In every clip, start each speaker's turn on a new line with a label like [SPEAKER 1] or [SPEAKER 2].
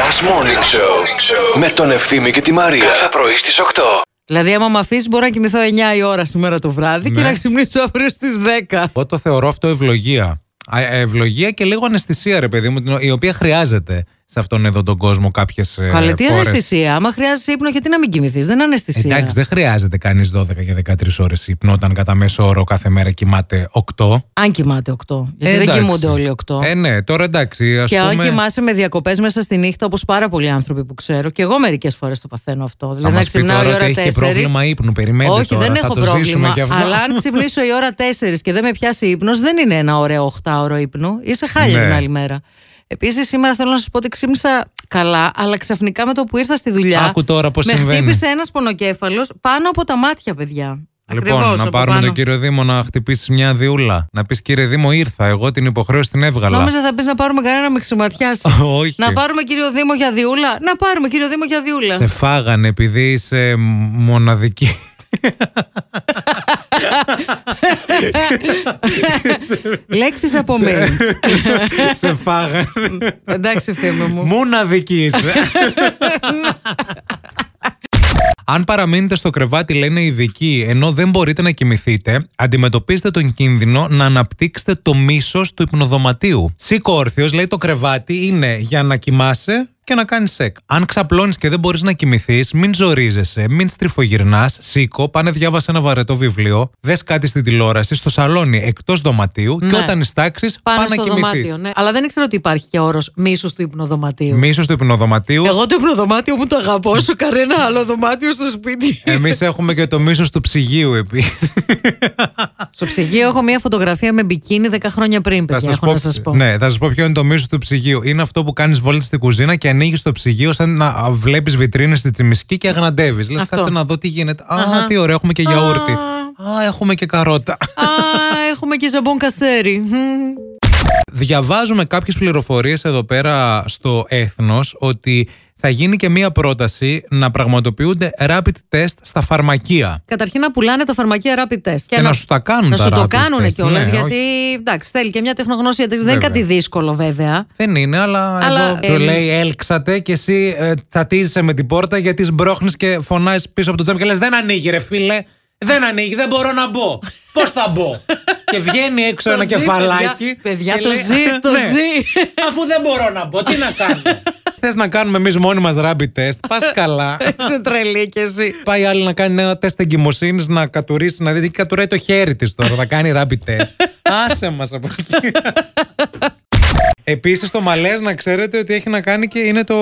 [SPEAKER 1] Last Morning Show με τον Ευθύμη και τη Μαρία. Κάθε πρωί στις 8.
[SPEAKER 2] Δηλαδή, άμα με αφήσεις, μπορώ να κοιμηθώ 9 η ώρα σήμερα το βράδυ και
[SPEAKER 3] Ναι.
[SPEAKER 2] να ξυπνήσω αύριο στις 10.
[SPEAKER 3] Εγώ το θεωρώ αυτό ευλογία. Α, ε, Ευλογία και λίγο αναισθησία, ρε παιδί μου, την ο- η οποία χρειάζεται σε αυτόν εδώ τον κόσμο ε, κάποιε φορέ.
[SPEAKER 2] Καλέ, τι αναισθησία. Άμα χρειάζεσαι ύπνο, γιατί να μην κοιμηθείς. Δεν είναι αναισθησία.
[SPEAKER 3] Εντάξει, δεν χρειάζεται κανείς 12 και 13 ώρες ύπνο όταν κατά μέσο όρο κάθε μέρα κοιμάται 8.
[SPEAKER 2] Αν κοιμάται 8. Γιατί δεν
[SPEAKER 3] Εντάξει.
[SPEAKER 2] κοιμούνται όλοι 8.
[SPEAKER 3] Ε, ναι, τώρα εντάξει. Ας
[SPEAKER 2] και
[SPEAKER 3] πούμε,
[SPEAKER 2] αν κοιμάσαι με διακοπές μέσα στη νύχτα, όπως πάρα πολλοί άνθρωποι που ξέρω, και εγώ μερικές φορές το παθαίνω αυτό.
[SPEAKER 3] Θα
[SPEAKER 2] Δηλαδή, να
[SPEAKER 3] μας πει
[SPEAKER 2] ξυπνάω
[SPEAKER 3] τώρα
[SPEAKER 2] η
[SPEAKER 3] ότι
[SPEAKER 2] ώρα
[SPEAKER 3] έχει και
[SPEAKER 2] 4.
[SPEAKER 3] πρόβλημα ύπνου. Περιμένετε
[SPEAKER 2] Όχι,
[SPEAKER 3] τώρα,
[SPEAKER 2] δεν
[SPEAKER 3] θα
[SPEAKER 2] έχω
[SPEAKER 3] το ζήσουμε
[SPEAKER 2] πρόβλημα.
[SPEAKER 3] κι αυτό.
[SPEAKER 2] Αλλά αν ξυπνήσω η ώρα 4 και δεν με πιάσει ύπνος, δεν είναι ένα ωραίο 8ωρο ύπνο. Είσαι χάλια
[SPEAKER 3] Ναι.
[SPEAKER 2] την άλλη μέρα. Επίσης, σήμερα θέλω να σας πω ότι ξύμισα καλά, αλλά ξαφνικά με το που ήρθα στη δουλειά.
[SPEAKER 3] Άκου τώρα πώς
[SPEAKER 2] με
[SPEAKER 3] συμβαίνει.
[SPEAKER 2] χτύπησε ένας πονοκέφαλος πάνω από τα μάτια, παιδιά.
[SPEAKER 3] Λοιπόν,
[SPEAKER 2] Ακριβώς,
[SPEAKER 3] να
[SPEAKER 2] από
[SPEAKER 3] πάρουμε
[SPEAKER 2] πάνω.
[SPEAKER 3] τον κύριο Δήμο να χτυπήσεις μια διούλα. Να πεις κύριε Δήμο, ήρθα. Εγώ την υποχρέωση την έβγαλα.
[SPEAKER 2] Νόμιζα θα πεις να πάρουμε κανένα με ξυματιάσει.
[SPEAKER 3] Όχι.
[SPEAKER 2] να πάρουμε κύριο Δήμο για διούλα. Να πάρουμε κύριο Δήμο για διούλα.
[SPEAKER 3] Σε φάγανε επειδή είσαι μοναδική.
[SPEAKER 2] Λέξεις από μένα.
[SPEAKER 3] σε φάγανε.
[SPEAKER 2] Εντάξει, φίλε μου.
[SPEAKER 3] Μοναδική είσαι. Αν παραμείνετε στο κρεβάτι, λένε οι ειδικοί, ενώ δεν μπορείτε να κοιμηθείτε, αντιμετωπίστε τον κίνδυνο να αναπτύξετε το μίσος του υπνοδωματίου. Σήκω όρθιος, λέει το κρεβάτι είναι για να κοιμάσαι και να κάνεις σεκ. Αν ξαπλώνεις και δεν μπορείς να κοιμηθείς, μην ζορίζεσαι, μην στριφογυρνάς, σήκω, πάνε διάβασε ένα βαρετό βιβλίο, δες κάτι στην τηλεόραση, στο σαλόνι εκτός δωματίου και
[SPEAKER 2] Ναι.
[SPEAKER 3] όταν ιστάξει,
[SPEAKER 2] Πάνω
[SPEAKER 3] πάνε
[SPEAKER 2] στο
[SPEAKER 3] να
[SPEAKER 2] δωμάτιο.
[SPEAKER 3] κοιμηθεί.
[SPEAKER 2] Ναι. Αλλά δεν ήξερα ότι υπάρχει και όρος μίσου του υπνοδωματίου.
[SPEAKER 3] Μίσος του υπνοδωματίου.
[SPEAKER 2] Εγώ το υπνοδωμάτιο μου το αγαπώ όσο κανένα άλλο δωμάτιο στο σπίτι.
[SPEAKER 3] Εμείς έχουμε και το μίσος του ψυγείου επίσης.
[SPEAKER 2] Στο ψυγείο έχω μια φωτογραφία με μπικίνι 10 χρόνια πριν, παιδιά. Έχω να σας πω.
[SPEAKER 3] Ναι, θα σας πω ποιο είναι το μίσος του ψυγείου. Είναι αυτό που κάνεις βόλτα στην κουζίνα και ανοίγεις το ψυγείο σαν να βλέπεις βιτρίνες στη τσιμισκή και αγναντεύεις. Λες,
[SPEAKER 2] Αυτό.
[SPEAKER 3] κάτσε να δω τι γίνεται. Α, τι ωραίο, έχουμε και γιαούρτι. Α, έχουμε και καρότα.
[SPEAKER 2] Α, έχουμε και ζαμπόν κασέρι. Μμμ.
[SPEAKER 3] Διαβάζουμε κάποιες πληροφορίες εδώ πέρα στο έθνος ότι θα γίνει και μία πρόταση να πραγματοποιούνται rapid test στα φαρμακεία.
[SPEAKER 2] Καταρχήν να πουλάνε τα φαρμακεία rapid test.
[SPEAKER 3] Και, να, σου τα κάνουν
[SPEAKER 2] να
[SPEAKER 3] τα
[SPEAKER 2] σου το
[SPEAKER 3] rapid
[SPEAKER 2] κάνουν
[SPEAKER 3] test.
[SPEAKER 2] κιόλας.
[SPEAKER 3] Ναι,
[SPEAKER 2] γιατί
[SPEAKER 3] όχι.
[SPEAKER 2] εντάξει, θέλει και μια τεχνογνωσία. Δεν είναι
[SPEAKER 3] Βέβαια.
[SPEAKER 2] κάτι δύσκολο βέβαια.
[SPEAKER 3] Δεν είναι, αλλά,
[SPEAKER 2] Αλλά,
[SPEAKER 3] εδώ σου
[SPEAKER 2] ε,
[SPEAKER 3] λέει έλξατε και εσύ ε, τσατίζεσαι με την πόρτα γιατί σμπρώχνεις και φωνάζεις πίσω από το τζάμπι και λες δεν ανοίγει ρε φίλε, δεν ανοίγει, δεν μπορώ να μπω. Πώς θα μπω. και βγαίνει έξω
[SPEAKER 2] Το
[SPEAKER 3] ένα
[SPEAKER 2] ζει,
[SPEAKER 3] κεφαλάκι.
[SPEAKER 2] παιδιά. Παιδιά,
[SPEAKER 3] και
[SPEAKER 2] το
[SPEAKER 3] λέει,
[SPEAKER 2] ζει, το
[SPEAKER 3] «Ναι,
[SPEAKER 2] ζει».
[SPEAKER 3] Αφού δεν μπορώ να μπω, τι να κάνω. Θες να κάνουμε εμείς μόνοι μας rabbit test, πας καλά.
[SPEAKER 2] Είσαι τρελή κι εσύ.
[SPEAKER 3] Πάει άλλη να κάνει ένα τεστ εγκυμοσύνης, να κατουρίσει, να δει τι κατουράει το χέρι της τώρα. Θα κάνει rapid test. Άσε μας από εκεί. Επίσης, το μαλές να ξέρετε ότι έχει να κάνει και είναι το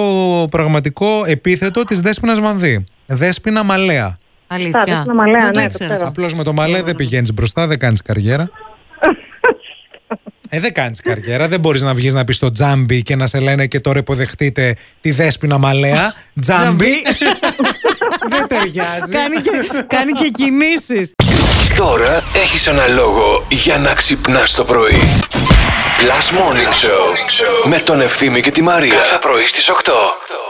[SPEAKER 3] πραγματικό επίθετο της Δέσποινα Μανδύ. Δέσποινα Μαλέα.
[SPEAKER 2] Αλήθεια.
[SPEAKER 4] Τα δείχνω μαλαία,
[SPEAKER 2] Δεν το
[SPEAKER 4] ναι, το
[SPEAKER 2] ήξερα.
[SPEAKER 4] ξέρω.
[SPEAKER 3] Απλώς με το μαλέ δεν πηγαίνεις μπροστά, δεν κάνεις καριέρα. Ε, δεν κάνεις καριέρα. Δεν μπορείς να βγεις να πεις στο τζάμπι και να σε λένε και τώρα υποδεχτείτε τη Δέσποινα Μαλέα. Τζάμπι. δεν ταιριάζει.
[SPEAKER 2] Κάνει και, κάνει και κινήσεις.
[SPEAKER 1] Τώρα έχεις ένα λόγο για να ξυπνάς το πρωί. Last Morning Show με τον Ευθύμη και τη Μαρία. Κάθε πρωί στις 8.